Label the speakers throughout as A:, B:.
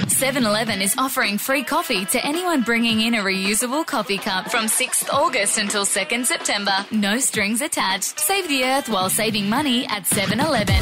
A: 7 Eleven is offering free coffee to anyone bringing in a reusable coffee cup from 6th August until 2nd September. No strings attached. Save the earth while saving money at 7 Eleven.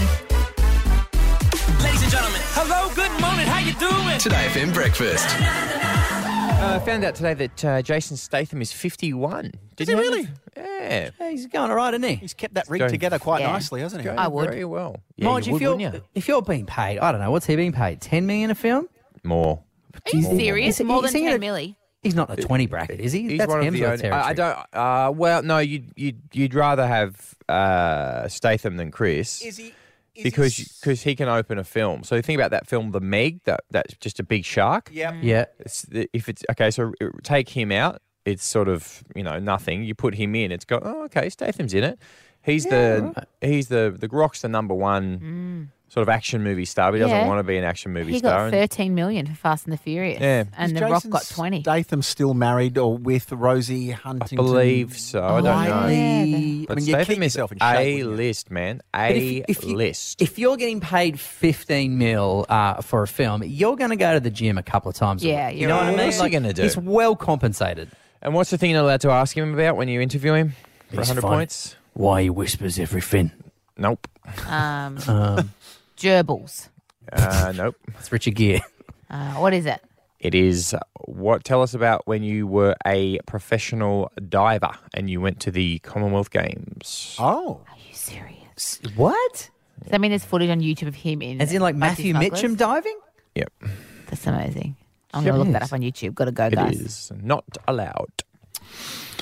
B: Ladies and gentlemen, hello, good morning, how you doing?
C: Today FM Breakfast.
D: Uh, I found out today that uh, Jason Statham is 51. Did
E: he really?
D: Yeah.
E: Yeah, he's going all right, isn't he? He's kept that rig
D: going-
E: together quite
F: Yeah.
E: nicely, hasn't he?
D: Going
F: I would.
D: Very well. Yeah,
E: Mind you,
D: you
E: if
D: would,
E: you're
D: wouldn't
E: if you're being paid, I don't know what's he being paid. Ten million a film?
D: you? More.
F: Are you
E: More.
F: serious?
E: Is-
F: More
E: is
F: than
E: he gonna-
F: 10 milli.
E: He's not in the twenty bracket, is he?
D: He's
E: That's
D: one of
E: Hemsworth
D: the only,
E: territory.
D: I, I don't. Uh, well, no, you'd, you'd, you'd rather have uh, Statham than Chris.
E: Is he? Is
D: because
E: he,
D: because he can open a film. So think about that film, The Meg. That that's just a big shark.
E: yeah, yeah.
D: It's, if it's okay, so uh, take him out. It's sort of you know nothing. You put him in. It's got oh okay. Statham's in it. He's the he's the the rock's the number one sort of action movie star. But he doesn't
F: Yeah.
D: want to be an action movie
F: He
D: star.
F: got
D: and-
F: 13 million for Fast and the Furious.
D: Yeah.
F: And
E: Is
F: The Rock
E: Jason
F: got 20.
E: Statham still married or with Rosie
D: I
E: Huntington?
D: believe so. I don't know.
F: Yeah.
E: Riley.
D: But
E: I mean, you keep
D: Statham is
E: yourself in shape.
D: a
E: wouldn't you?
D: list, man.
E: But
D: A list.
E: If you're getting paid 15 mil uh, for a film, you're going to go to the gym a couple of times. a
F: Yeah,
E: week. you
F: you're
E: know
F: right.
E: what I
D: What
E: mean.
D: else are you gonna do?
E: He's well compensated.
D: and what's the thing you're not allowed to ask him about when you interview him for
E: He's
D: 100
E: funny.
D: points?
E: Why he whispers everything?
D: Nope.
F: Um, gerbils.
D: Uh, nope.
E: That's Richard Gere.
F: Uh, what is it?
D: It is uh, what. Tell us about when you were a professional diver and you went to the Commonwealth Games.
E: Oh,
F: Are you serious?
E: what?
F: Does that mean there's footage on YouTube of him in.
E: As in, like Matthew
F: Bugsy
E: Mitchum
F: Smuggler's?
E: diving?
D: Yep, it
F: That's amazing. I'm going to look that up on YouTube. Got to go,
D: is
F: guys.
D: not allowed.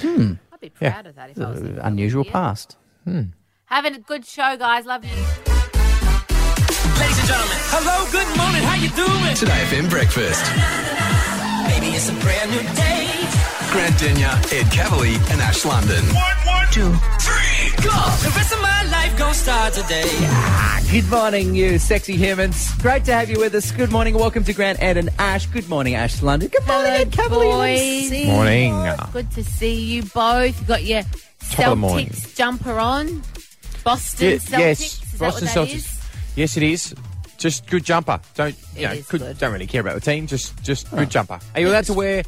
F: I'd be proud of that if I was him.
E: Unusual past.
F: Having a good show, guys. Love you.
B: Ladies and gentlemen, hello, good morning, how you doing?
C: Today FM Breakfast.
B: Maybe it's a brand new day.
C: Grant Denyer, Ed Cavalier, and Ash London.
B: One, one, two, three, go! The rest of my life gonna start today.
E: Good morning, you sexy humans. Great to have you with us. Good morning. Welcome to Grant, Ed, and Ash. Good morning, Ash London. Good morning, Ed Cavalier.
F: boys.
E: See you.
D: Morning.
F: Good to see you both. You got your
D: of the morning.
F: Celtics jumper on. Boston
D: Ye-
F: Celtics.
D: yes,
F: is
D: Boston
F: that what
D: Celtics.
F: that is?
D: Yes, it is. Just good jumper. Don't you
F: It
D: know?
F: is
D: could-
F: good.
D: Don't really care about the team. Just just good jumper. Are you allowed to wear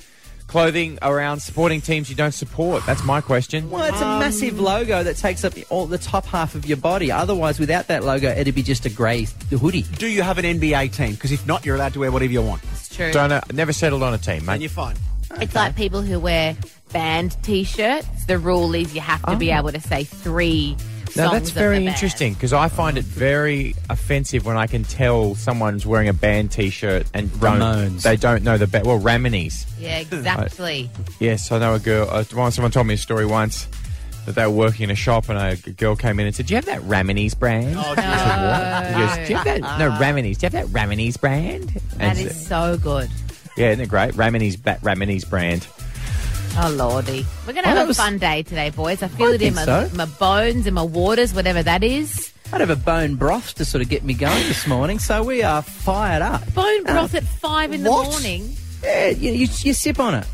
D: clothing around sporting teams you don't support? That's my question.
E: Well, it's a massive logo that takes up all the top half of your body. Otherwise, without that logo, it'd be just a grey hoodie.
G: Do you have an NBA team? Because if not, you're allowed to wear whatever you want.
F: It's true.
D: Don't know, never settled on a team,
G: And
D: mate.
G: you're fine.
F: It's like people who wear band T-shirts. The rule is you have to be able to say three.
D: Oh. Now
F: songs
D: that's
F: of the
D: very
F: band.
D: interesting because I find it very offensive when I can tell someone's wearing a band T-shirt and don't,
E: Ramones.
D: they don't know the band. Well, Ramones.
F: Yeah, exactly.
D: Yes, I know a girl. Uh, well, someone told me a story once that they were working in a shop and a g- girl came in and said, "Do you have that Ramones brand?" Oh, I said, what? She goes, "Do you have that? No, Ramones. Do you have that Ramones brand?" And
F: Uh-huh. That
D: s-
F: is so good.
D: yeah, isn't it great? Ramones, that Ramones brand.
F: Oh lordy, we're gonna
E: Oh, that
F: have a
E: was-
F: fun day today, boys. I feel it
E: think
F: in my,
E: so.
F: my bones and my waters, whatever that is.
E: I'd have a bone broth to sort of get me going this morning, so we are fired up.
F: Bone broth at five in
E: Uh, what?
F: the morning.
E: Yeah, you, you, you sip on it.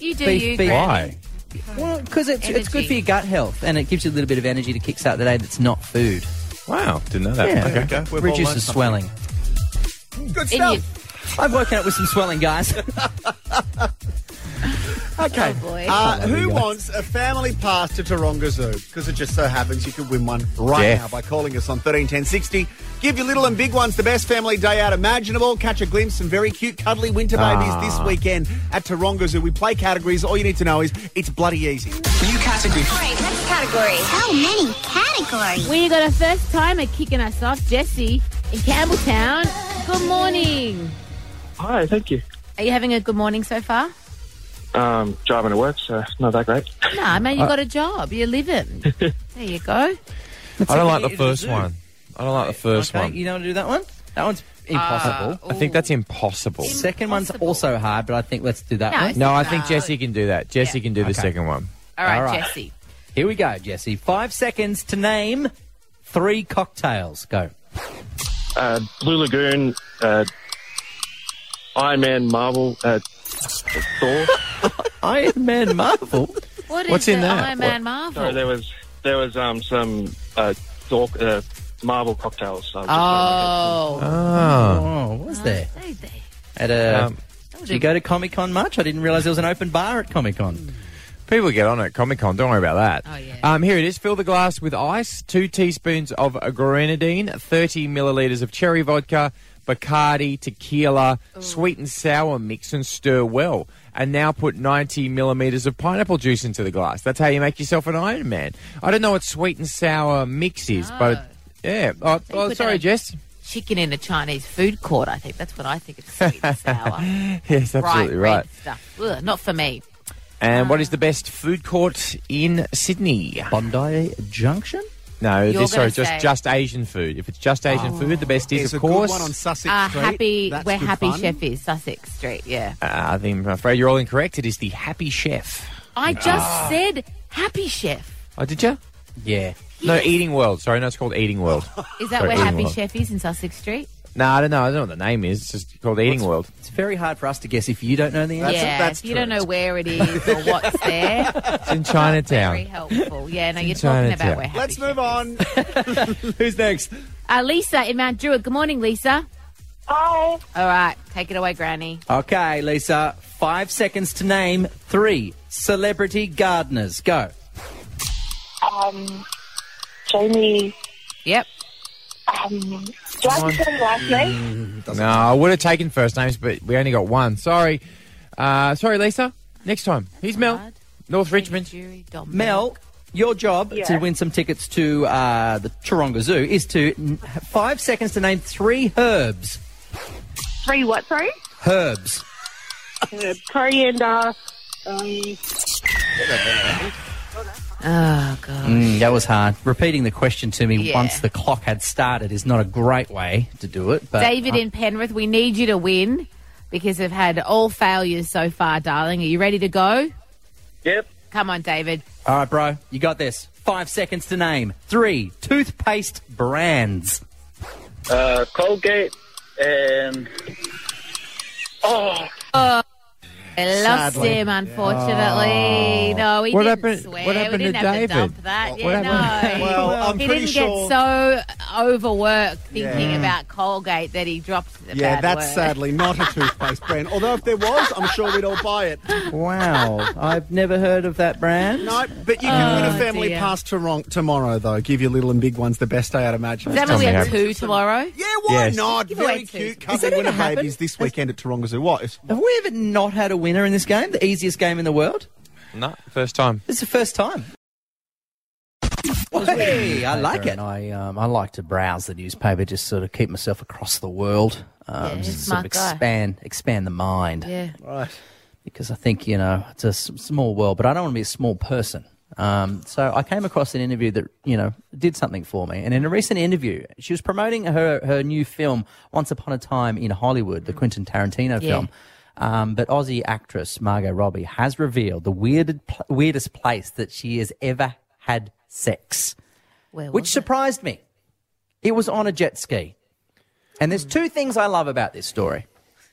F: You do
E: Beef,
F: you,
E: beef.
F: Granny.
D: Why?
E: Well, because it's, it's good
F: Energy.
E: for your gut health and it gives you a little bit of energy to kickstart the day that's not food.
D: Wow, didn't know that.
E: Yeah.
D: Okay.
G: Okay, we've all
E: Reduces
G: learned
E: the
G: something.
E: swelling.
G: Good
F: In
G: stuff.
F: your-
E: I've woken up with some swelling, guys.
G: Okay.
F: Oh, boy.
G: Uh, who wants a family pass to Taronga Zoo? Because it just so happens you could win one right
D: Jeff.
G: now by calling us on 131060. Give your little and big ones the best family day out imaginable. Catch a glimpse of very cute, cuddly winter babies this
D: Ah.
G: weekend at Taronga Zoo. We play categories. All you need to know is it's bloody easy.
B: New category.
H: next category. So many categories.
F: We got a first timer kicking us off, Jesse in Campbelltown. Good morning.
I: Hi, thank you.
F: Are you having a good morning so far?
I: Um, driving to work, so not that great.
F: No, I mean you
E: Uh,
F: got a job. You're living. there you go.
D: I don't like
E: It's
D: the
E: a
D: first
E: zoo.
D: one. I don't like the first
E: okay,
D: one.
E: you know how to do that one? That
F: Uh,
E: one's impossible.
D: I think that's impossible.
E: Second one's
F: Impossible.
E: also hard, but I think let's do that
F: No,
E: one.
F: it's-
D: No, I think Jesse can do that. Jesse
F: Yeah.
D: can do the
E: Okay.
D: second one.
F: All right,
E: All right.
F: Jesse.
E: Here we go, Jesse. Five seconds to name three cocktails. Go.
I: Uh, Blue Lagoon, uh, Iron Man, Marvel, uh, Thor.
E: Iron Man Marvel.
F: What is
D: What's in
F: the
D: that?
F: Iron Man Marvel?
I: So there was there was um some uh, Thor uh, Marvel cocktails. Um,
F: oh,
E: Oh, what was there?
F: Hey there.
J: At a,
D: Um,
J: do you go to Comic Con much? I didn't realise there was an open bar at Comic Con.
D: People get on at Comic Con. Don't worry about that.
F: Oh, yeah.
D: Um, here it is. Fill the glass with ice, two teaspoons of grenadine, 30 millilitres of cherry vodka, Bacardi, tequila, sweet and sour mix and stir well. And now put 90 millimetres of pineapple juice into the glass. That's how you make yourself an Iron Man. I don't know what sweet and sour mix is,
F: No.
D: but yeah. Oh,
F: you
D: oh,
F: put
D: sorry,
F: that-
D: Jess.
F: Chicken in a Chinese food court, I think. That's what I think it's sweet and sour.
D: Yes, absolutely
F: Bright red
D: right.
F: Stuff. Ugh, not for me.
D: And what is the best food court in Sydney?
J: Bondi Junction?
D: No,
F: You're
D: this, sorry,
F: gonna
D: just
F: say- Oh.
D: just Asian food. If it's just Asian food, the best is,
G: There's
D: of
G: a
D: course.
G: good one on Sussex
F: Uh,
G: Street.
F: happy,
G: That's
F: we're
G: good
F: happy
G: fun.
F: chef is Sussex Street. Yeah,
D: Uh, I think, I'm afraid you're all incorrect. It is the Happy Chef.
F: I just said happy chef.
D: Oh, did you?
J: Yeah.
D: No, Eating World. Sorry, no, it's called Eating World.
F: Is that
D: Sorry,
F: where
D: eating
F: happy
D: world.
F: chef is in Sussex Street?
D: no, I don't know. I don't know what the name is. It's just called Eating World.
J: It's very hard for us to guess if you don't know the answer.
F: yeah,
G: that's
F: if you
G: true.
F: don't know where it is or what's there.
D: It's in
F: very
D: Chinatown.
F: helpful. Yeah, no, you're talking
D: Chinatown.
F: about where happy.
G: Let's
F: chef
G: move on.
J: Who's next?
F: Uh, Lisa in Mount Druitt. Good morning, Lisa. Hi. All right, take it away, Granny.
J: Okay, Lisa, five seconds to name three celebrity gardeners. Go.
K: Um, Jamie.
F: Yep.
K: Um, do I have to tell you last name?
D: no, I would have taken first names, but we only got one. Sorry. Uh, sorry, Lisa. Next time. He's Mel.
F: hard.
D: North Richmond.
F: Jury, Dom.
J: Mel, your job
K: Yeah.
J: to win some tickets to uh, the Taronga Zoo is to n- five seconds to name three herbs.
K: Three what, sorry?
J: Herbs.
K: Uh, coriander. Um,
F: Oh god.
J: Mm, that was hard. Repeating the question to me
F: Yeah.
J: once the clock had started is not a great way to do it. But
F: David in Penrith, we need you to win because they've had all failures so far, darling. Are you ready to go?
I: Yep.
F: Come on, David.
J: all right, bro, you got this. Five seconds to name three toothpaste brands.
I: Uh, Colgate and oh,
F: I lost him, unfortunately. No, he
D: What
F: didn't
D: happened-
F: swear.
D: what happened
F: we didn't
D: to
F: have
D: David?
F: to dump that.
D: What
F: yeah,
D: happened-
F: no.
G: Well, I'm
F: he
G: pretty
F: didn't
G: sure-
F: get so overworked thinking about Colgate that he dropped the
G: Yeah,
F: bad
G: that's
F: word.
G: sadly not a toothpaste brand. Although if there was, I'm sure we'd all buy it.
J: Wow, I've never heard of that brand.
G: No, but you can win a family
F: Oh, dear.
G: pass to wrong tomorrow, though. Give your little and big ones the best day I'd imagine.
F: Does that mean we
D: Something
F: have
D: happened.
F: two tomorrow?
G: Yeah, why
D: Yes.
G: not?
F: Give
G: Very
F: away two.
G: cute.
J: Has that
G: Couple winner
J: ever happened?
G: babies this weekend at Taronga Zoo. What? It's-
J: Have we ever not had a winner in this game? The easiest game in the world?
D: No, first time.
J: This is the first time. Hey, I like it.
E: And I, um, I like to browse the newspaper, just sort of keep myself across the world, um,
F: Yeah,
E: just to sort
F: smart
E: of
F: guy.
E: expand, expand the mind.
F: Yeah.
E: Because I think you know it's a s- small world, but I don't want to be a small person. Um, so I came across an interview that you know did something for me, and in a recent interview, she was promoting her her new film, Once Upon a Time in Hollywood, the Quentin Tarantino
F: Yeah.
E: film. Um, but Aussie actress Margot Robbie has revealed the weirded, pl- weirdest place that she has ever had sex
F: Where
E: which
F: was it?
E: surprised me. It was on a jet ski. And there's two things I love about this story.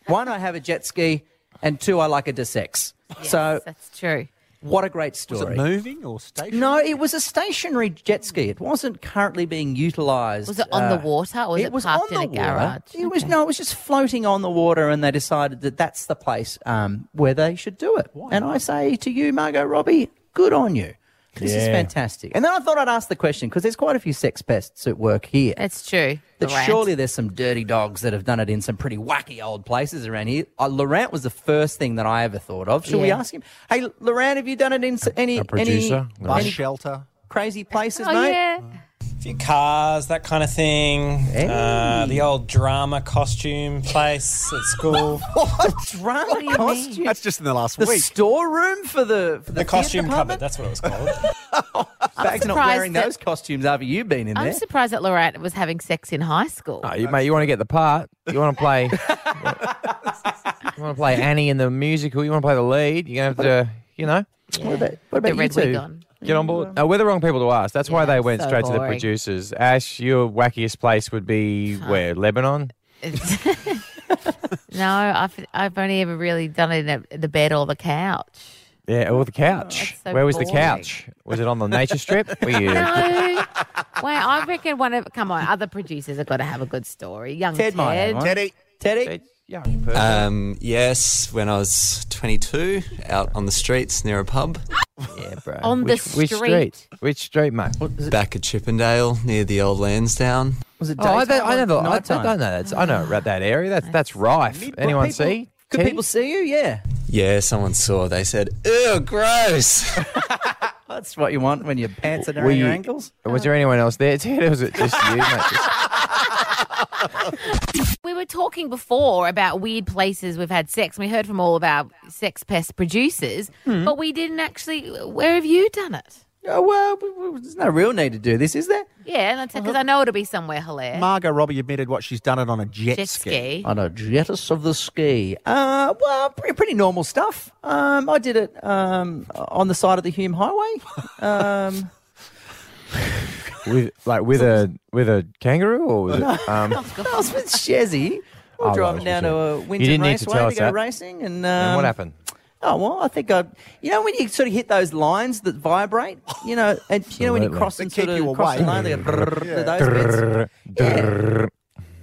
E: One, I have a jet ski, and two, I like a de sex. so,
F: That's true.
E: what a great story.
G: moving or stationary?
E: no, it was a stationary jet ski. It wasn't currently being utilised.
F: Was it on the
E: uh,
F: water or was it,
E: was
F: parked
E: on
F: in a
E: the water.
F: garage?
E: It was
F: Okay.
E: no, it was just floating on the water, and they decided that that's the place um, where they should do it. and I say to you, Margot Robbie, good on you. This is fantastic. And then I thought I'd ask the question because there's quite a few sex pests at work here.
F: That's true.
E: That
F: Laurent.
E: surely there's some dirty dogs that have done it in some pretty wacky old places around here. Uh, Laurent was the first thing that I ever thought of. Should we
F: Yeah.
E: ask him? Hey, Laurent, have you done it in s- any
D: a producer,
E: any,
D: Laurent.
E: any
G: shelter.
E: crazy places,
F: Oh,
E: mate?
F: yeah.
L: few cars, that kind of thing. Uh, the old drama costume place at school.
E: What drama
F: do you mean?
E: costume?
G: That's just in the last
E: The
G: week.
E: storeroom for the for the,
L: the costume
E: theatre
L: cupboard,
E: department?
L: that's what it was called.
E: Bags not
F: surprised
E: wearing
F: that-
E: those costumes after you've been in
F: I'm
E: there.
F: surprised that Laurent was having sex in high school.
D: Oh, you, mate, you want to get the part. You want to play. you want to play Annie in the musical. You want to play the lead. You're going to have to, you know,
E: What about, what about
F: the red
E: you two?
F: wig on.
D: get on board. No, we're the wrong people to ask. That's why
F: Yeah,
D: they went
F: so
D: straight to the
F: boring.
D: producers. Ash, your wackiest place would be where? Lebanon?
F: no, I've, I've only ever really done it in a, the bed or the couch.
D: Yeah, or the couch.
F: Oh, that's so
D: where was the
F: boring.
D: couch? Was it on the nature strip? Were you?
F: No. Wait, I reckon one of, come on, other producers have got to have a good story. Young
E: Ted
F: Ted.
E: might have one.
G: Teddy.
E: Teddy,
D: yeah.
M: Um, yes, when I was 22, out on the streets near a pub. Yeah,
D: bro.
F: On the Which- which street? street?
D: Which street, mate?
M: Back at Chippendale, near the old Lansdowne.
E: Was it
D: Oh, I,
E: daytime
D: I
E: or
D: never. I, I
E: nighttime?
D: don't know. That's, I know about that area. That's that's rife. Anyone
E: people-
D: see?
E: Could
D: Teddy?
E: people see you? Yeah.
M: Yeah, someone saw. They said, "Ew, gross."
E: That's what you want when your pants are down
D: Were
E: your
D: you-
E: ankles.
D: Was there anyone else there? Ted, or was it just you? mate? Just-
F: We were talking before about weird places we've had sex. and We heard from all of our sex pest producers,
E: Hmm.
F: but we didn't actually. Where have you done it?
E: Oh, well, w- w- there's no real need to do this, is there?
F: Yeah, and that's because
E: Uh-huh.
F: I know it'll be somewhere hilarious.
G: Margot Robbie admitted what she's done it on a jet,
F: Jet ski.
E: On a jetus of the ski. Uh, well, pretty, pretty normal stuff. Um, I did it um, on the side of the Hume Highway. Um,
D: with like with a with a kangaroo or was it? Um,
E: I was with Shazzy. We were
D: Oh,
E: driving
D: right,
E: down to
D: sure.
E: a
D: You
E: Winton
D: didn't need to
E: Raceway
D: tell
E: to,
D: us
E: go
D: that.
E: racing, and, um,
D: and what happened?
E: Oh well, I think I. You know when you sort of hit those lines that vibrate, you know, and you know when you
D: Absolutely.
E: cross
G: They
E: and
G: keep
E: sort of
G: you
E: cross the
G: awake.
E: line, they go brrrr, those bits.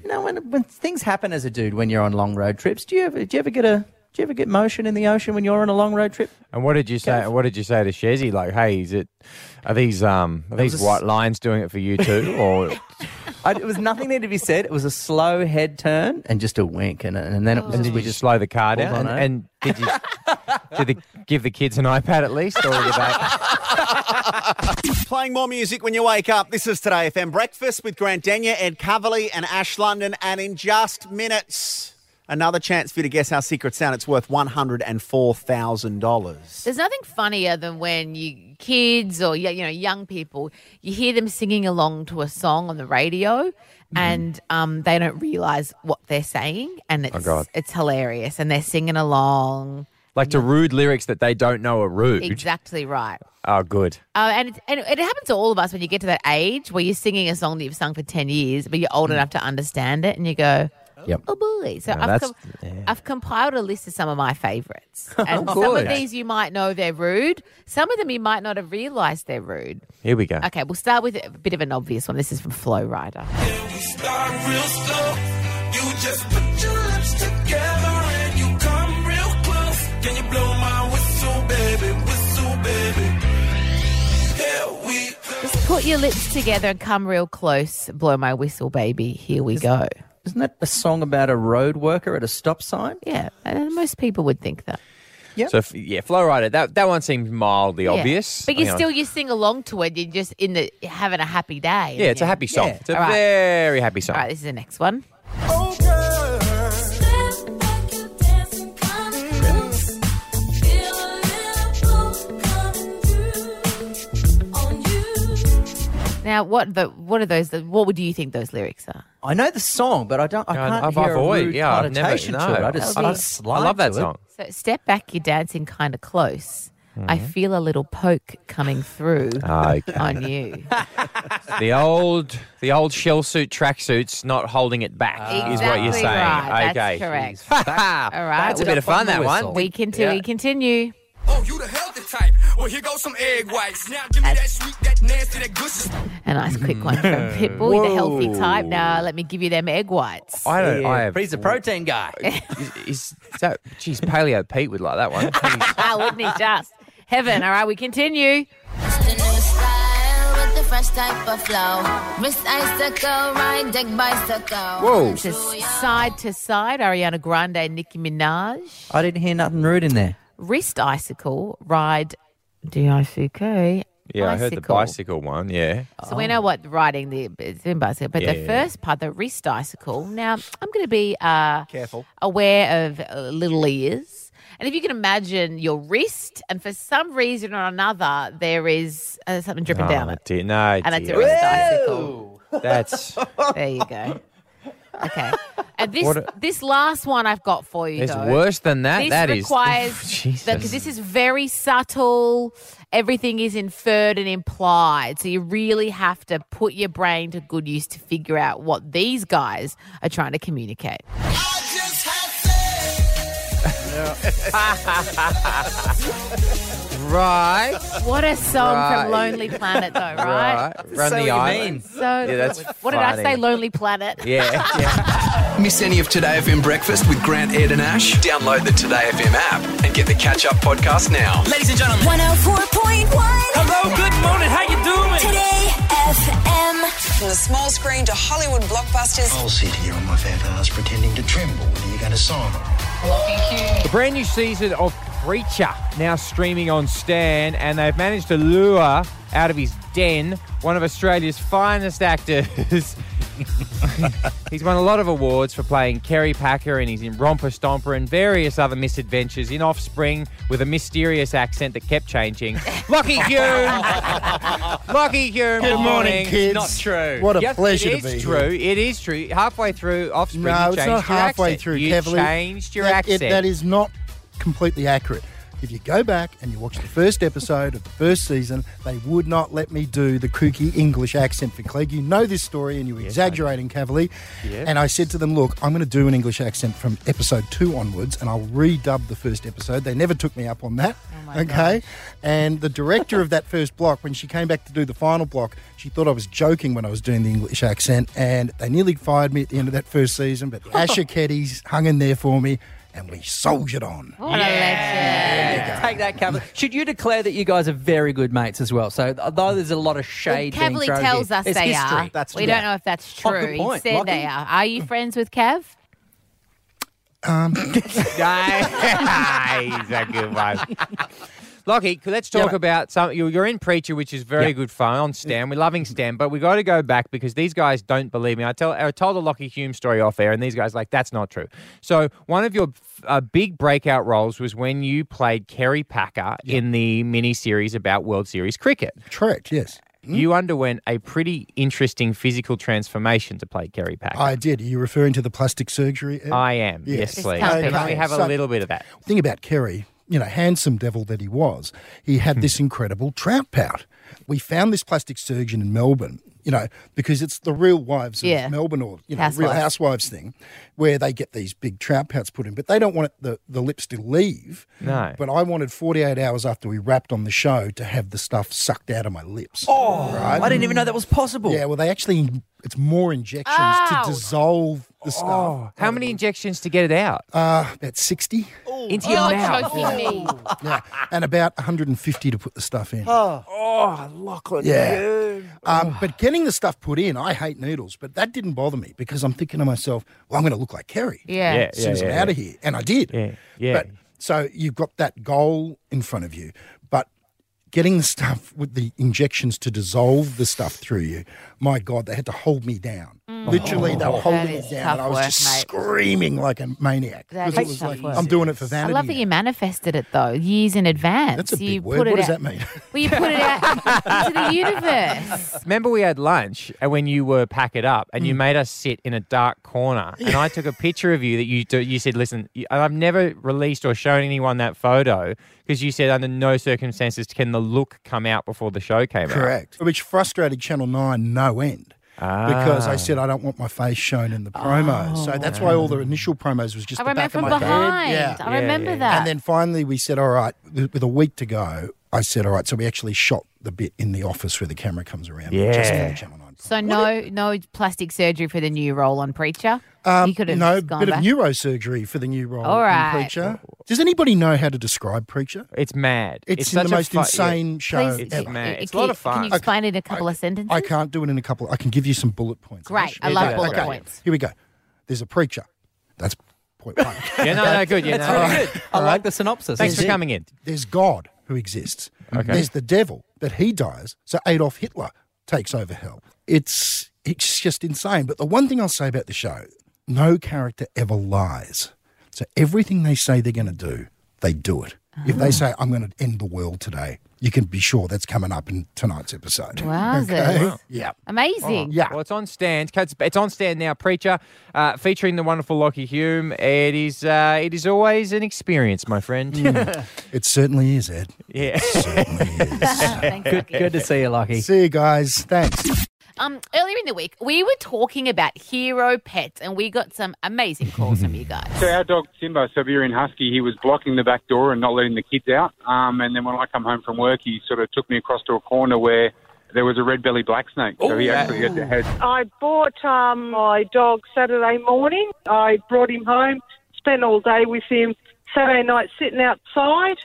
E: You know when when things happen as a dude when you're on long road trips. Do you ever do you ever get a do you ever get motion in the ocean when you're on a long road trip?
D: And what did you say? What did you say to Shazzy? Like, hey, is it? Are these um are these
E: was a
D: white
E: s-
D: lines doing it for you too? Or
E: I, it was nothing there to be said. It was a slow head turn and just a wink, and and then it was
D: and
E: just,
D: did
E: we
D: you
E: just
D: slow the car down?
E: Hold
D: And,
E: on, eh?
D: and did you did the, give the kids an iPad at least? Or were they,
G: Playing more music when you wake up. This is Today FM Breakfast with Grant Denyer, Ed Coverley, and Ash London. And in just minutes, another chance for you to guess our secret sound. It's worth $104,000.
F: There's nothing funnier than when you kids or y- you know young people you hear them singing along to a song on the radio and um, they don't realize what they're saying and it's
D: God.
F: it's hilarious and they're singing along
D: like to rude lyrics that they don't know are rude?
F: exactly right.
D: Oh, good.
F: Uh, and, it's, and it happens to all of us when you get to that age where you're singing a song that you've sung for 10 years, but you're old enough to understand it and you go,
E: Yep.
F: oh boy. So
D: No,
F: I've,
D: that's-
F: com- I've compiled a list of some of my favorites. And some of
D: good.
F: these you might know they're rude, some of them you might not have realized they're rude.
D: Here we go.
F: Okay, we'll start with a bit of an obvious one. This is from Flow Rider.
B: We start real
I: Uh,
B: slow. You just put your lips together and you come real close. Can you blow my whistle, baby? Whistle, baby. Here we
F: Just put your lips together and come real close. Blow my whistle, baby. Here we go.
E: Isn't that a song about a road worker at a stop sign?
F: Yeah, uh, most people would think that.
D: So f- yeah, Flow Rider. That that one seems mildly
F: Yeah.
D: obvious.
F: But you
D: Hang on.
F: still you sing along to it. You're just in the having a happy day.
D: yeah, it's a happy song.
F: Yeah.
D: It's a
F: All right.
D: very happy song.
F: All right, this is the next one. Now, what the what are those? What would you think those lyrics are?
E: I know the song, but I don't. I
D: Yeah,
E: can't
D: I've-
E: hear
D: I've
E: a
D: always-
E: rude
D: yeah, I've never-
E: connotation to it.
D: no.
E: I just
D: I
E: see a
D: love-
E: slide
D: I love that
E: to it.
D: song.
F: So step back, you're dancing kind of close. I feel a little poke coming through
D: Okay.
F: on you.
D: the old the old shell suit tracksuits not holding it back is what you're
F: Exactly
D: saying.
F: right.
D: okay.
F: That's correct. All right,
D: That's a bit of fun that one.
F: We continue.
D: Yeah.
F: Continue.
B: Oh, you the healthy type. Well, here goes some egg whites. Now give me that sweet, that nasty, that good. shit.
F: A nice quick one from Pitbull. You're the healthy type. Now let me give you them egg whites.
D: I don't. I
E: Yeah,
D: have.
E: but he's a protein guy.
D: Is, is that? Geez, Paleo Pete would like that one. He's-
F: Ah, wouldn't he just? Heaven. All right, we continue.
N: The new style with the fresh type of flow. Wrist icicle, ride deck bicycle.
D: Whoa.
F: This is side to side, Ariana Grande and Nicki Minaj.
E: I didn't hear nothing rude in there.
F: Wrist icicle, ride D I C K.
D: yeah, I heard the bicycle one. Yeah.
F: So we know what riding the it's in bicycle, but the
D: Oh. Yeah.
F: first part, the wrist icicle. Now I'm going to be uh,
G: Careful.
F: aware of uh, little ears, and if you can imagine your wrist, and for some reason or another, there is uh, something dripping down
D: Oh,
F: it,
D: dear, no,
F: and it's a
D: dear.
F: wrist icicle.
D: That's
F: There you go. Okay. And this
D: What a-
F: this last one I've got for you.
D: it's
F: though.
D: worse than that.
F: This
D: that is
F: requires
D: Jesus.
F: because this is very subtle. Everything is inferred and implied, so you really have to put your brain to good use to figure out what these guys are trying to communicate.
D: right.
F: What a song
D: Right.
F: from Lonely Planet, though, right?
D: Right. Run the
E: what you
D: island.
F: So
D: Yeah, that's
F: what did I
D: funny.
F: say? Lonely Planet.
D: Yeah. yeah.
C: Miss any of Today FM breakfast with Grant, Ed, and Ash? Download the Today FM app and get the catch up podcast now.
B: Ladies and gentlemen. 104.1. Hello, good morning. How you doing? Today, FM.
O: From the small screen to Hollywood blockbusters.
P: I'll sit here on my fat ass pretending to tremble when you go to sign
D: The brand new season of Preacher now streaming on Stan, and they've managed to lure out of his den one of Australia's finest actors. he's won a lot of awards for playing Kerry Packer, and he's in Romper Stomper and various other misadventures in Offspring with a mysterious accent that kept changing. Lucky Hume! Lucky Hume!
B: Good morning, kids.
D: Not true.
B: What a
D: Yes,
B: pleasure to
D: It
B: be
D: is
B: here.
D: true. It is true. Halfway through Offspring,
P: No,
D: you
P: it's
D: changed
P: not
D: your
P: halfway
D: accent.
P: through,
D: You
P: Kevlin.
D: changed your
P: That- it-
D: accent.
P: that is not completely accurate. If you go back and you watch the first episode of the first season, they would not let me do the kooky English accent for Clegg. You know this story and you're exaggerating, Cavalier.
Q: Yeah.
P: And I said to them, look, I'm going to do an English accent from episode two onwards and I'll redub the first episode. They never took me up on that. okay. And the director of that first block, when she came back to do the final block, she thought I was joking when I was doing the English accent. And they nearly fired me at the end of that first season, but Asher Keddies hung in there for me and we soldiered on.
E: Take that, Cavalier. Should you declare that you guys are very good mates as well? So, although there's a lot of shade, being
F: Cavalier
E: thrown
F: tells
E: here,
F: us
E: there's
F: they
E: history.
F: are. we don't know if that's
E: Oh,
F: true.
E: good
F: he
E: point,
F: said
E: Lachlan.
F: they are. Are you friends with Cav?
P: Um,
D: he's a good one. Lockie, c- let's talk about some. you- You're in Preacher, which is very good fun on Stan. We're loving Stan, but we got to go back because these guys don't believe me. I tell, I told the Lockie Hume story off air, and these guys are like that's not true. So one of your uh, big breakout roles was when you played Kerry Packer in the mini series about World Series cricket.
P: Correct. Yes.
E: Hmm?
D: You underwent a pretty interesting physical transformation to play Kerry Packer.
P: I did. Are you referring to the plastic surgery? Ed?
D: I am. Yes, please. Can we have a
P: So-
D: little bit of that?
P: thing about Kerry, you know, handsome devil that he was, he had this incredible trout pout. We found this plastic surgeon in Melbourne, you know, because it's the real wives of
Q: Yeah.
P: Melbourne or, you know,
Q: Housewives.
P: real housewives thing where they get these big trout pouts put in, but they don't want it, the, the lips to leave.
D: No.
P: But I wanted 48 hours after we wrapped on the show to have the stuff sucked out of my lips.
E: Oh, I didn't even know that was possible.
P: Yeah, well, they actually, it's more injections
D: Ouch.
P: to dissolve the stuff.
D: How many injections to get it out?
P: Uh, oh, about 60.
D: Into your mouth.
P: yeah, and about 150 to put the stuff in.
B: Oh, oh Lachlan.
P: Yeah. Um, but getting the stuff put in, I hate needles, but that didn't bother me because I'm thinking to myself, well, I'm going to look like Kerry.
B: Yeah. Yeah,
P: As soon
B: yeah,
P: as I'm
B: yeah,
P: out of
B: yeah.
P: here. And I did.
D: Yeah. Yeah.
P: But, so you've got that goal in front of you. But getting the stuff with the injections to dissolve the stuff through you, my God, they had to hold me down. Literally, they
Q: Oh.
P: were holding
Q: That
P: me
Q: is
P: down. And I
Q: tough
P: was
Q: work,
P: just
Q: mate.
P: screaming like a maniac. 'Cause it was like, I'm doing it for
F: I
P: vanity.
F: love that you manifested it though, years in advance. That's a big you
P: word.
F: Put it
P: What does
F: out-
P: that mean?
F: Well, you put it out into the universe.
D: Remember, we had lunch, and when you were pack it up,
P: Mm.
D: and you made us sit in a dark corner, and I took a picture of you that you do, you said, "Listen, you- and I've never released or shown anyone that photo because you said under no circumstances can the look come out before the show came out."
P: Correct. Which frustrated Channel 9 no end. Because I
D: Ah.
P: said I don't want my face shown in the promo, so that's why all the initial promos was just
F: Oh, I
P: the
F: remember
P: back of
F: from
P: my
F: behind.
P: head.
F: I remember that.
P: And then finally we said, all right, with with a week to go, I said, all right, so we actually shot the bit in the office where the camera comes around. Just for the
D: Yeah.
P: channel.
F: So no, no plastic surgery for the new role on Preacher.
P: Um,
F: you could have
P: no
F: just gone
P: bit
F: back.
P: of neurosurgery for the new role
F: All right.
P: in Preacher. Does anybody know how to describe Preacher?
D: It's mad.
P: It's,
D: It's
P: in the
D: such a
P: most
D: fu- yeah.
P: insane show.
F: Please,
P: ever.
F: you- you- can you- Can you explain it in a couple of sentences?
P: I can't do it in a couple. I can give you some bullet points.
F: Great. I
P: Yeah,
F: love
P: okay.
F: bullet
P: Okay.
F: points.
P: Here we go. There's a preacher. That's point one.
D: Yeah, no, no, good. Yeah,
P: That's
D: no.
P: really good.
E: I like the synopsis.
D: Thanks for
P: There's-
D: coming in.
P: There's God who exists.
D: Okay.
P: There's the devil, but he dies. So Adolf Hitler takes over hell. It's it's just insane. But the one thing I'll say about the show, no character ever lies. So everything they say they're going to do, they do it. If
F: Ah.
P: they say I'm going to end the world today, you can be sure that's coming up in tonight's episode.
F: Wowzers.
P: Okay?
D: Yeah.
F: Amazing.
D: Yeah. Well, it's on stand. It's, it's on stand now, Preacher, uh, featuring the wonderful Lockie Hume. It is, uh, it is always an experience, my friend.
E: Hmm.
P: Mm. it certainly is, Ed.
D: Yeah.
E: good, good to see you, Lockie.
P: See you guys. Thanks.
F: Um, earlier in the week, we were talking about hero pets, and we got some amazing calls from you guys.
R: So our dog Simba, Siberian Husky, he was blocking the back door and not letting the kids out. Um, and then when I come home from work, he sort of took me across to a corner where
S: there was a red belly black snake. So he actually had to head.
K: I bought um, my dog Saturday morning. I brought him home, spent all day with him. Saturday night, sitting outside,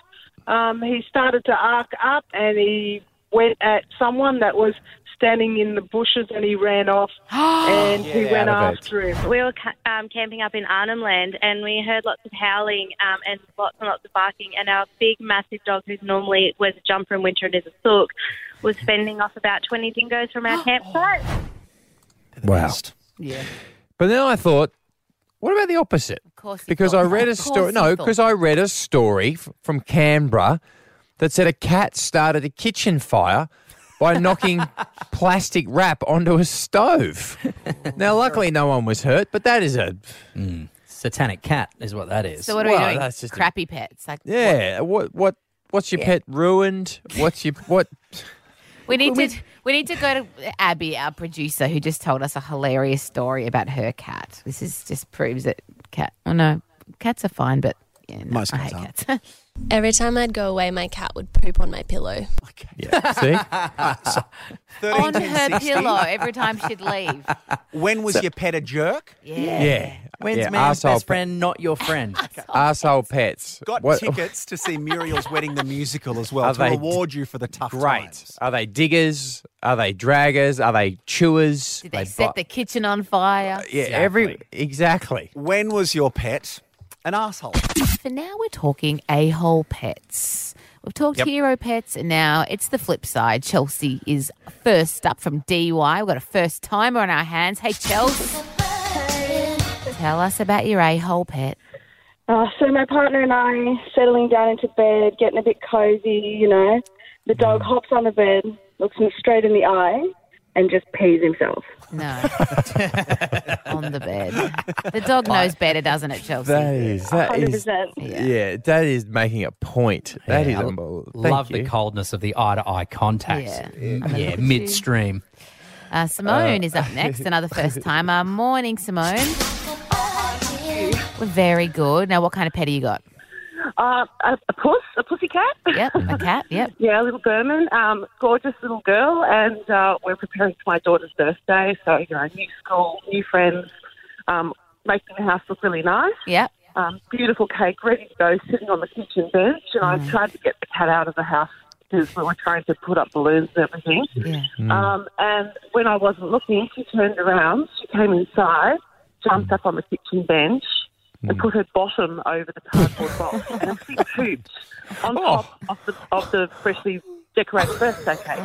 K: um, he started to arc up and he went at someone that was standing in the bushes and he ran off and he
Q: Get
K: went
Q: out of it.
K: after him.
Q: We were ca- um, camping up in Arnhem Land and we heard lots of howling um, and lots and lots of barking. And our big, massive dog, who's normally wears a jumper in winter and is a sook, was fending off about 20 dingoes from our campsite.
D: Wow.
F: Yeah.
D: But then I thought, what about the opposite? Of
F: course you
D: Because
F: thought
D: I
F: that.
D: read a
F: Of course
D: story.
F: you
D: No,
F: thought
D: because I read a story f- from Canberra that said a cat started a kitchen fire by knocking plastic wrap onto a stove. now, luckily, no one was hurt, but that is a
E: satanic cat, is what that is.
F: So what are
D: well,
F: we doing?
D: That's just a-
F: Crappy pets. Like
D: yeah. What? What? What's your
F: Yeah.
D: pet ruined? What's your what?
F: We need to we need to go to Abby, our producer, who just told us a hilarious story about her cat. This is just proves that cat. Oh no, cats are fine, but yeah, no, I hate cats.
T: Every time I'd go away, my cat would poop on my pillow.
D: Yeah, see?
F: On her pillow every time she'd leave.
G: When was
D: So-
G: your pet a jerk?
F: Yeah.
D: Yeah.
G: When's
D: yeah,
G: man's
D: arsehole
G: best
E: friend not your friend?
D: Arsehole pets.
G: Got
D: What-
G: tickets to see Muriel's Wedding the musical as well
D: Are
G: to
D: they-
G: reward you for the tough
D: oh, Great.
G: times.
D: Are they diggers? Are they draggers? Are they chewers?
F: Did they set the kitchen on fire?
D: yeah, every exactly.
G: When was your pet an asshole?
F: For now, we're talking a hole pets. We've talked
G: Yep.
F: hero pets, and now it's the flip side. Chelsea is first up from DY. We've got a first timer on our hands. Hey, Chelsea. Tell us about your a hole pet.
K: Uh, so my partner and I settling down into bed, getting a bit cozy, you know. The dog hops on the bed, looks me straight in the eye, and just pees himself.
F: No. on the bed. The dog knows better, doesn't it, Chelsea?
D: That is that is
K: 100%.
D: yeah. that is making a point. That is
E: Yeah, I l-
D: unbelievable. Thank
E: Love the
D: you.
E: coldness of the eye to eye contact.
F: Yeah.
E: Yeah,
F: I love you.
E: midstream.
F: Uh, Simone
E: Uh,
F: is up next, another first timer. Morning, Simone. We're very good. Now, what kind of pet have you got?
K: Uh, a, a puss, a pussy cat.
F: Yep, a cat. Yep.
K: yeah, a little German, um, gorgeous little girl, and uh, we're preparing for my daughter's birthday. So you know, new school, new friends, um, making the house look really nice.
F: Yep.
K: Um, beautiful cake, ready to go, sitting on the kitchen bench, and I tried to get the cat out of the house because we were trying to put up balloons and everything.
F: Yeah.
K: Um, and when I wasn't looking, she turned around, she came inside, jumped up on the kitchen bench, and put her bottom over the cardboard box, and she pooped on top of the, of the freshly decorated birthday cake.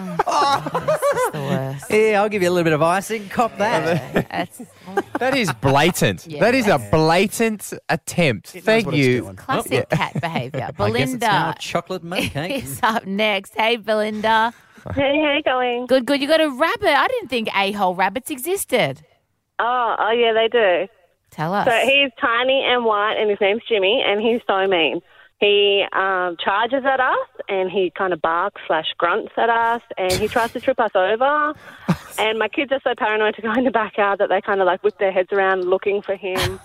E: Yeah, I'll give you a little bit of icing. Cop that.
D: Oh, That is blatant.
F: Yeah.
D: that is a blatant attempt. Thank you.
F: Classic cat behaviour.
D: I guess it's now
F: Belinda
E: chocolate milk,
F: is up next. Hey, Belinda.
U: Hey, how you going?
F: Good, good. You got a rabbit. I didn't think a-hole rabbits existed.
U: Oh, oh yeah, they do.
F: Tell us.
U: So he's tiny and white, and his name's Jimmy, and he's so mean. He um, charges at us, and he kind of barks slash grunts at us, and he tries to trip us over. And my kids are so paranoid to go in the backyard that they kind of like whip their heads around looking for him,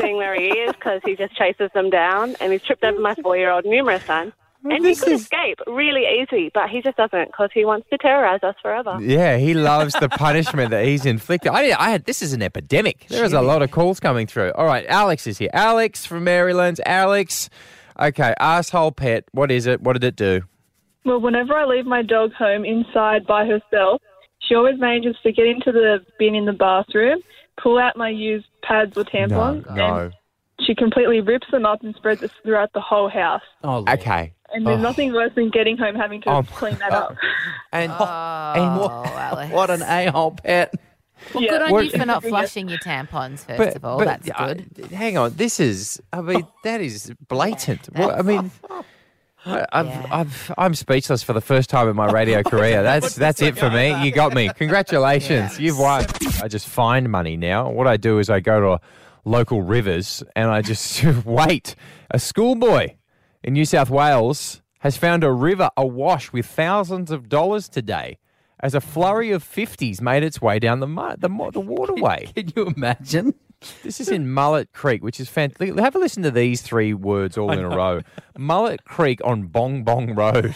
U: seeing where he is, because he just chases them down. And he's tripped over my four-year-old numerous times. And he could escape really easy, but he just doesn't because he wants to terrorize us forever.
D: Yeah, he loves the punishment that he's inflicted. I, I had this is an epidemic. There is a lot of calls coming through. All right, Alex is here. Alex from Maryland. Alex, okay, asshole pet. What is it? What did it do?
V: Well, whenever I leave my dog home inside by herself, she always manages to get into the bin in the bathroom, pull out my used pads or tampons.
D: No.
V: She completely rips them up and spreads it throughout the whole house.
D: Oh, okay.
V: And there's
D: Oh.
V: nothing worse than getting home having to
D: Oh,
V: clean that up.
D: And,
F: and Alex.
E: what an a hole pet.
F: Well,
V: Yeah.
F: good on
D: What-
F: you for not flushing your tampons, first of all. That's
D: uh,
F: good. Oh.
D: d- hang on, this is. I mean, that is blatant. Well, I mean. I- I've, I've, I'm speechless for the first time in my radio career. That's that's it for me. You got me. Congratulations, you've won. I just find money now. What I do is I go to local rivers and I just wait. A schoolboy in New South Wales has found a river awash with thousands of dollars today as a flurry of 50s made its way down the mu- the, mu- the waterway.
E: Can you imagine?
D: This is in Mullet Creek, which is fantastic. Have a listen to these three words all in a row. Mullet Creek on Bong Bong Road.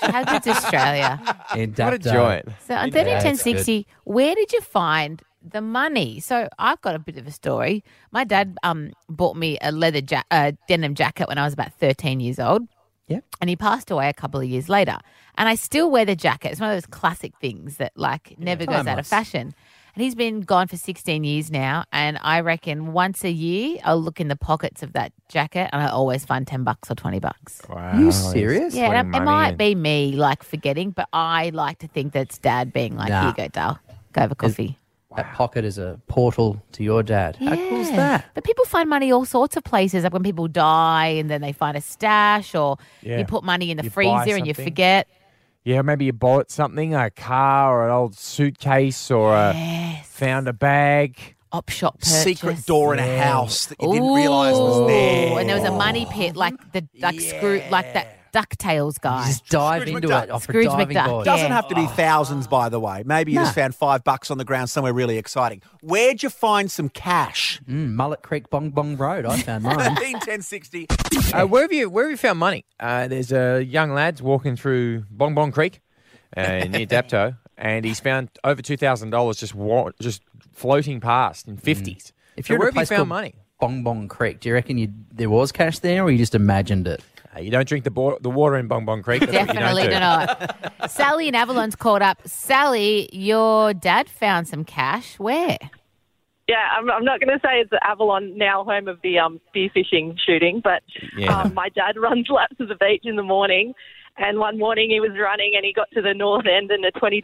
F: How good's Australia?
D: what a joint.
F: So on thirteen ten sixty, where did you find the money? So I've got a bit of a story. My dad um bought me a leather ja- uh, denim jacket when I was about thirteen years old.
E: Yeah.
F: And he passed away a couple of years later, and I still wear the jacket. It's one of those classic things that like never goes out of
E: Timeless.
F: fashion. And he's been gone for 16 years now. And I reckon once a year, I'll look in the pockets of that jacket and I always find 10 bucks or 20 bucks.
D: Wow. You serious?
F: Yeah, and
D: Putting
F: it
D: money
F: might
D: in.
F: be me like forgetting, but I like to think that's dad being like,
E: Nah.
F: here you go, Dale, go have a coffee.
E: That pocket is a portal to your dad. How cool's
F: Yeah.
E: that?
F: But people find money all sorts of places, like when people die and then they find a stash, or
D: Yeah.
F: you put money in the
D: You buy
F: freezer and you
D: something.
F: forget.
D: Yeah, maybe you bought something, a car or an old suitcase or a found a bag.
F: Op shop
G: Secret door in a house that you didn't realise was
F: Ooh,
G: there.
F: and there was a money pit, like the like screw, like that Ducktales guy. just
E: dive
G: Scrooge McDuck.
F: Scrooge McDuck.
G: Doesn't
F: yeah.
G: have to be thousands, by the way. Maybe you just found five bucks on the ground somewhere really exciting. Where'd you find some cash?
D: Hmm.
E: Mm, Mullet Creek Bong Bong Road. I found mine.
G: 15, 10, 60.
D: Uh, where have you Where have you found money? Uh, there's a young lads walking through Bong Bong Creek uh, near Dapto, and he's found over two thousand dollars just wa- just floating past Mm. in fifties.
E: If
D: So
E: you're
D: where
E: at a
D: have you
E: place
D: found
E: called
D: money?
E: Bong Bong Creek, do you reckon you, there was cash there, or you just imagined it?
D: Uh, you don't drink the bo- the water in Bong Bong Creek. That's what you don't
F: Definitely
D: do.
F: not. Sally in Avalon's called up. Sally, your dad found some cash. Where?
W: Yeah, I'm, I'm not going to say it's the Avalon, now home of the um, spearfishing shooting, but
D: Yeah.
W: um, my dad runs laps of the beach in the morning. And one morning he was running and he got to the north end and a $20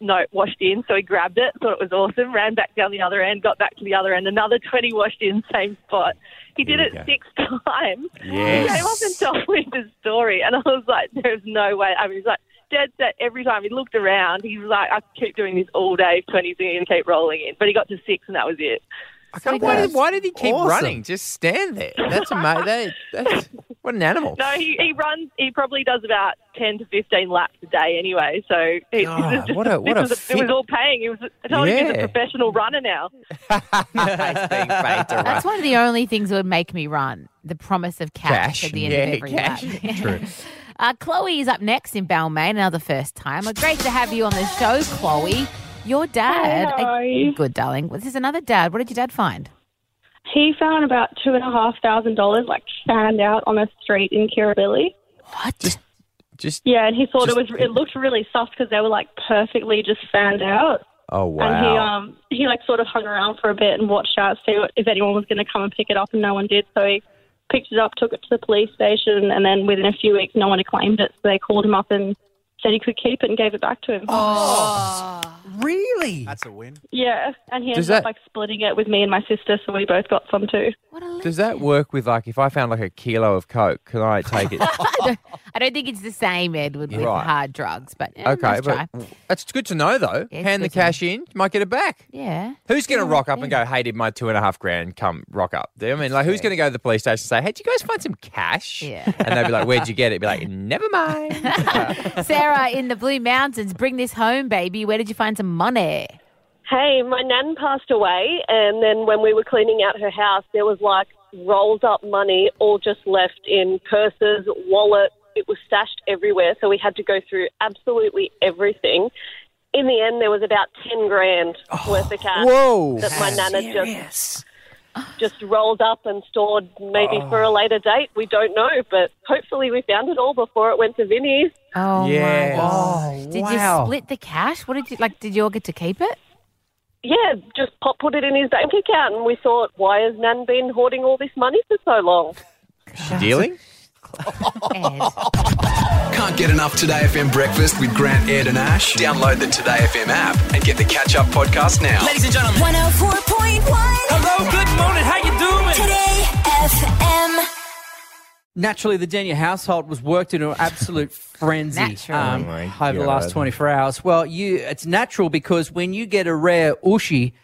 W: note washed in. So he grabbed it, thought it was awesome, ran back down the other end, got back to the other end, another 20 washed in, same spot. He did
D: There
W: it
D: you go.
W: six times.
D: Yes.
W: He came up and told me the story. And I was like, there's no way. I mean, he's like, dead set every time he looked around. He was like, I could keep doing this all day, 20s and keep rolling in. But he got to six and that was it.
D: I can't- why, did, why did he keep
W: Awesome.
D: running? Just stand there. That's amazing. that, that's, what an animal.
W: No, he, he runs. He probably does about ten to fifteen laps a day anyway. So it,
D: God,
W: this is-
D: what a- what
W: this
D: a
W: was it
D: fit-
W: was all paying. He was I told him he's
D: Yeah.
W: a professional runner now.
F: That's one of the only things that would make me run. The promise of cash,
D: Cash.
F: at the end
D: Yeah,
F: of every
D: cash.
F: lap.
D: True.
F: Uh, Chloe is up next in Balmain, another first time. Well, great to have you on the show, Chloe. Your dad.
X: Hello.
F: Good, darling. Well, this is another dad. What did your dad find?
X: He found about two and a half thousand dollars, like found out on a street in Kirribilli.
D: Just
X: Yeah, and he thought
D: just-
X: it was. It looked really soft because they were like perfectly just found out.
D: Oh
X: And he
D: wow.
X: um he like sort of hung around for a bit and watched out, see what, if anyone was going to come and pick it up, and no one did. So he picked it up, took it to the police station, and then within a few weeks, no one had claimed it. So they called him up and said he could keep it and gave it back to him.
G: Really? That's a win.
X: Yeah, and he ended
D: Does
X: up
D: that-
X: like splitting it with me and my sister, so we both got some too.
F: uh,
D: Does that work with like if I found like a kilo of coke? Can I take it?
F: I don't think it's the same, Edward, with
D: Right.
F: hard drugs, but eh,
D: Okay,
F: nice try.
D: but that's good to know though.
F: Yeah, it's
D: Hand the
F: good to know.
D: cash in, you might get it back.
F: Yeah.
D: Who's going to rock up and go, hey, did my two and a half grand come rock up? I mean, like, who's going to go to the police station and say, hey, did you guys find some cash? Yeah. And they'll be like, where'd you get it? Be like, never mind.
F: Oh Sarah in the Blue Mountains, bring this home, baby. Where did you find some money?
U: Hey, my nan passed away, and then when we were cleaning out her house, there was like rolled up money all just left in purses, wallets. It was stashed everywhere, so we had to go through absolutely everything. In the end, there was about 10 grand worth of cash
D: whoa.
U: that my nan had just, just rolled up and stored maybe for a later date. We don't know, but hopefully we found it all before it went to Vinny's.
F: Oh
U: Yes.
F: my god!
U: Oh,
F: did
U: wow.
F: you split the cash? What did you like? Did you all get to keep it?
U: Yeah, just pop put it in his bank account, and we thought, why has Nan been hoarding all this money for so long?
D: Dealing?
C: Can't get enough Today FM breakfast with Grant, Ed, and Ash? Download the Today FM app and get the catch up podcast now.
B: Ladies and gentlemen. 104.1. Hello, good morning. How you doing? Today FM.
E: Naturally, the Denya household was worked into an absolute frenzy um,
J: Naturally. Oh my
E: over the last
J: God.
E: 24 hours. Well, you it's natural because when you get a rare ushi,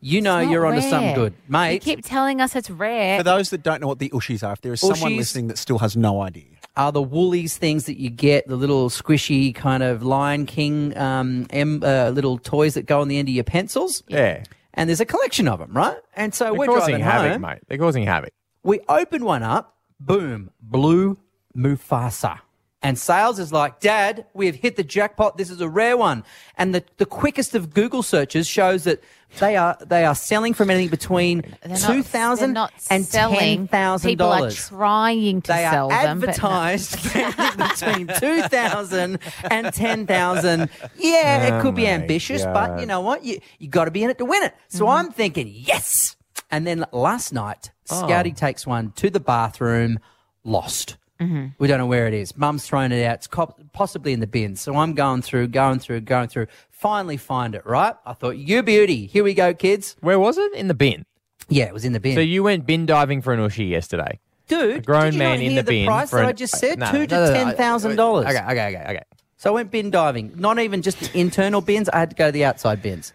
E: you know
F: Not
E: you're onto something
F: rare.
E: good,
F: You
E: mate.
F: keep telling us it's rare.
G: For those that don't know what the ushies are, if there is someone
E: Ushies.
G: listening that still has no idea.
E: Are the woolies things that you get, the little squishy kind of Lion King um, em, uh, little toys that go on the end of your pencils?
D: Yeah.
E: and there's a collection of them, right? And so
D: They're
E: we're
D: causing
E: driving
D: havoc,
E: home.
D: mate. They're causing havoc.
E: We open one up, boom, blue Mufasa. And sales is like, Dad, we have hit the jackpot. This is a rare one. And the, the quickest of Google searches shows that they are they are selling from anything between
F: They're not-
E: two thousand
F: they're not
E: and ten
F: selling.
E: thousand
F: People are
E: dollars.
F: trying to
E: They
F: sell
E: are
F: them. but not-
E: advertised between two thousand and ten thousand. Yeah,
F: Oh
E: it could be
F: my
E: ambitious, but you
F: God.
E: know what? You you got to be in it to win it. So I'm thinking, yes. And then last night,
J: Oh.
E: Scouty takes one to the bathroom, lost.
J: Mhm.
E: We don't know where it is. Mum's thrown it out. It's cop- possibly in the bin. So I'm going through, going through, going through. Finally find it. Right? I thought, you beauty. Here we go, kids.
D: Where was it? In the bin.
E: Yeah, it was in the bin.
D: So you went bin diving for an ushi yesterday,
E: Dude,
D: a grown
E: did you
D: man
E: not
D: in
E: hear
D: the,
E: the
D: bin.
E: price
D: for
E: that
D: an- uh,
E: I just said?
D: No,
E: Two to
D: no, no, no.
E: $10,000.
D: Okay, okay, okay, okay.
E: So I went bin diving. Not even just the internal bins. I had to go to the outside bins.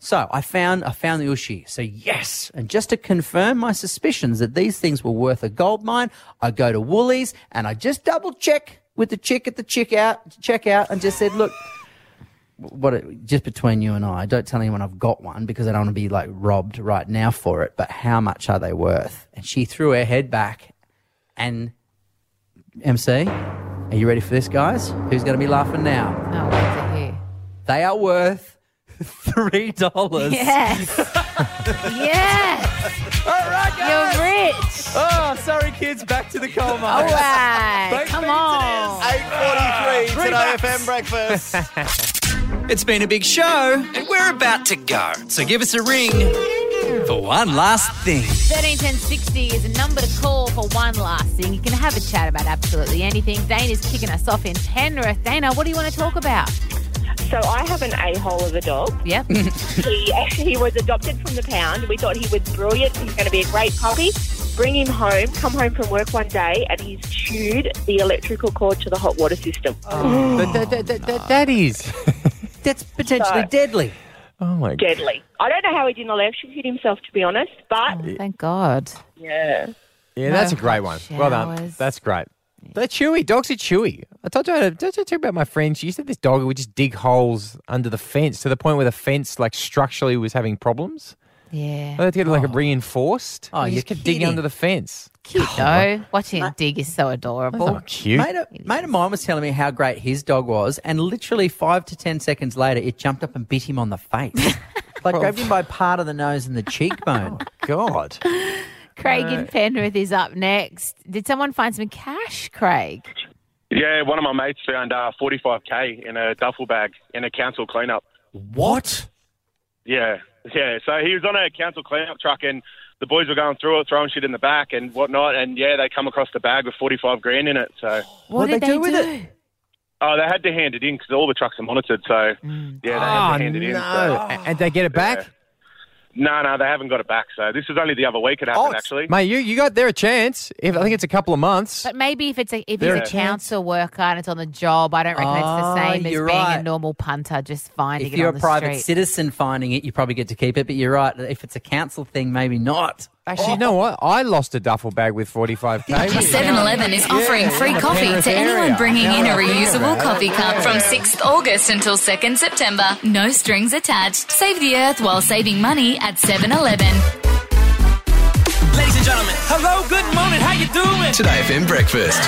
E: So I found I found the ushi. So yes, and just to confirm my suspicions that these things were worth a gold mine, I go to Woolies and I just double check with the chick at the chick out checkout and just said, look. What it, just between you and I, don't tell anyone I've got one because I don't want to be like robbed right now for it. But how much are they worth? And she threw her head back and MC, are you ready for this, guys? Who's going to be laughing now?
F: Oh, wait to hear.
E: They are worth three dollars.
F: Yes. yes.
E: All right,
F: guys. You're Oh, rich.
E: Oh, sorry, kids. Back to the coal mine.
F: All right. Come on.
G: 8.43
F: Three
G: today
F: bucks.
G: FM breakfast.
M: It's been a big show, and we're about to go. So give us a ring for one last thing.
F: 131060 is a number to call for one last thing. You can have a chat about absolutely anything. Dana's kicking us off in Penrith. Dana, what do you want to talk about?
H: So I have an a-hole of a dog.
F: Yep.
H: he, he was adopted from the pound. We thought he was brilliant. He's going to be a great puppy. Bring him home, come home from work one day, and he's chewed the electrical cord to the hot water system.
U: Oh.
D: But that, that, that, that, that is.
E: That's
H: potentially So-
E: deadly.
D: Oh, my God.
H: Deadly. I don't know how he didn't electrocute himself, to be honest, but
F: Thank God.
H: yeah.
D: Yeah,
H: No
D: that's a great one. Well done.
H: showers.
D: That's great. They're chewy. Dogs are chewy. I told you, I told you about my friend. She used to have this dog who would just dig holes under the fence to the point where the fence, like structurally, was having problems.
F: Yeah.
E: Uh,
D: I had to get it, like reinforced.
F: Oh,
D: He
F: you're
D: just kept digging
F: kidding.
D: under the fence.
F: Cute though. Watching him dig is so adorable.
D: cute.
E: Mate of, mate of mine was telling me how great his dog was, and literally five to ten seconds later, it jumped up and bit him on the face. like grabbed him by part of the nose and the cheekbone.
D: God.
F: Craig in
R: Right.
F: Penrith is up next. Did someone find some cash, Craig?
R: Yeah, one of my mates found uh, 45k in a duffel bag in a council cleanup.
I: What?
R: Yeah, yeah. So he was on a council cleanup truck, and the boys were going through it, throwing shit in the back and whatnot. And yeah, they come across the bag with 45 grand in it. So
F: What did they do with it?
R: oh, they had to hand it in because all the trucks are monitored. So yeah, they had
G: Ah,
D: Oh,
R: to hand it in.
D: no.
R: So.
D: A- And they get it back?
R: No, no, they haven't got it back. So this was only the other week it happened, actually.
D: Mate, you, you got there a chance. If I think it's a couple of months.
F: But maybe if it's a if
D: There
F: he's
D: are
F: a
D: chance.
F: council worker and it's on the job, I don't reckon it's
E: Oh,
F: the same as being
E: you're
F: a
E: right.
F: normal punter just finding
E: If
F: it
E: you're
F: on
E: a
F: the
E: private
F: street.
E: citizen finding it, you probably get to keep it. But you're right. If it's a council thing, maybe not.
D: Actually, you know what? I lost a duffel bag with 45k.
A: 7-Eleven is offering free
D: in the
A: coffee
D: Penrith
A: to anyone
D: area.
A: bringing
D: Now
A: in a
D: I think
A: reusable
D: about it.
A: coffee cup from 6th August until 2nd September. No strings attached. Save the earth while saving money at 7-Eleven.
C: Ladies and gentlemen, hello, good morning, how you doing? Today FM Breakfast.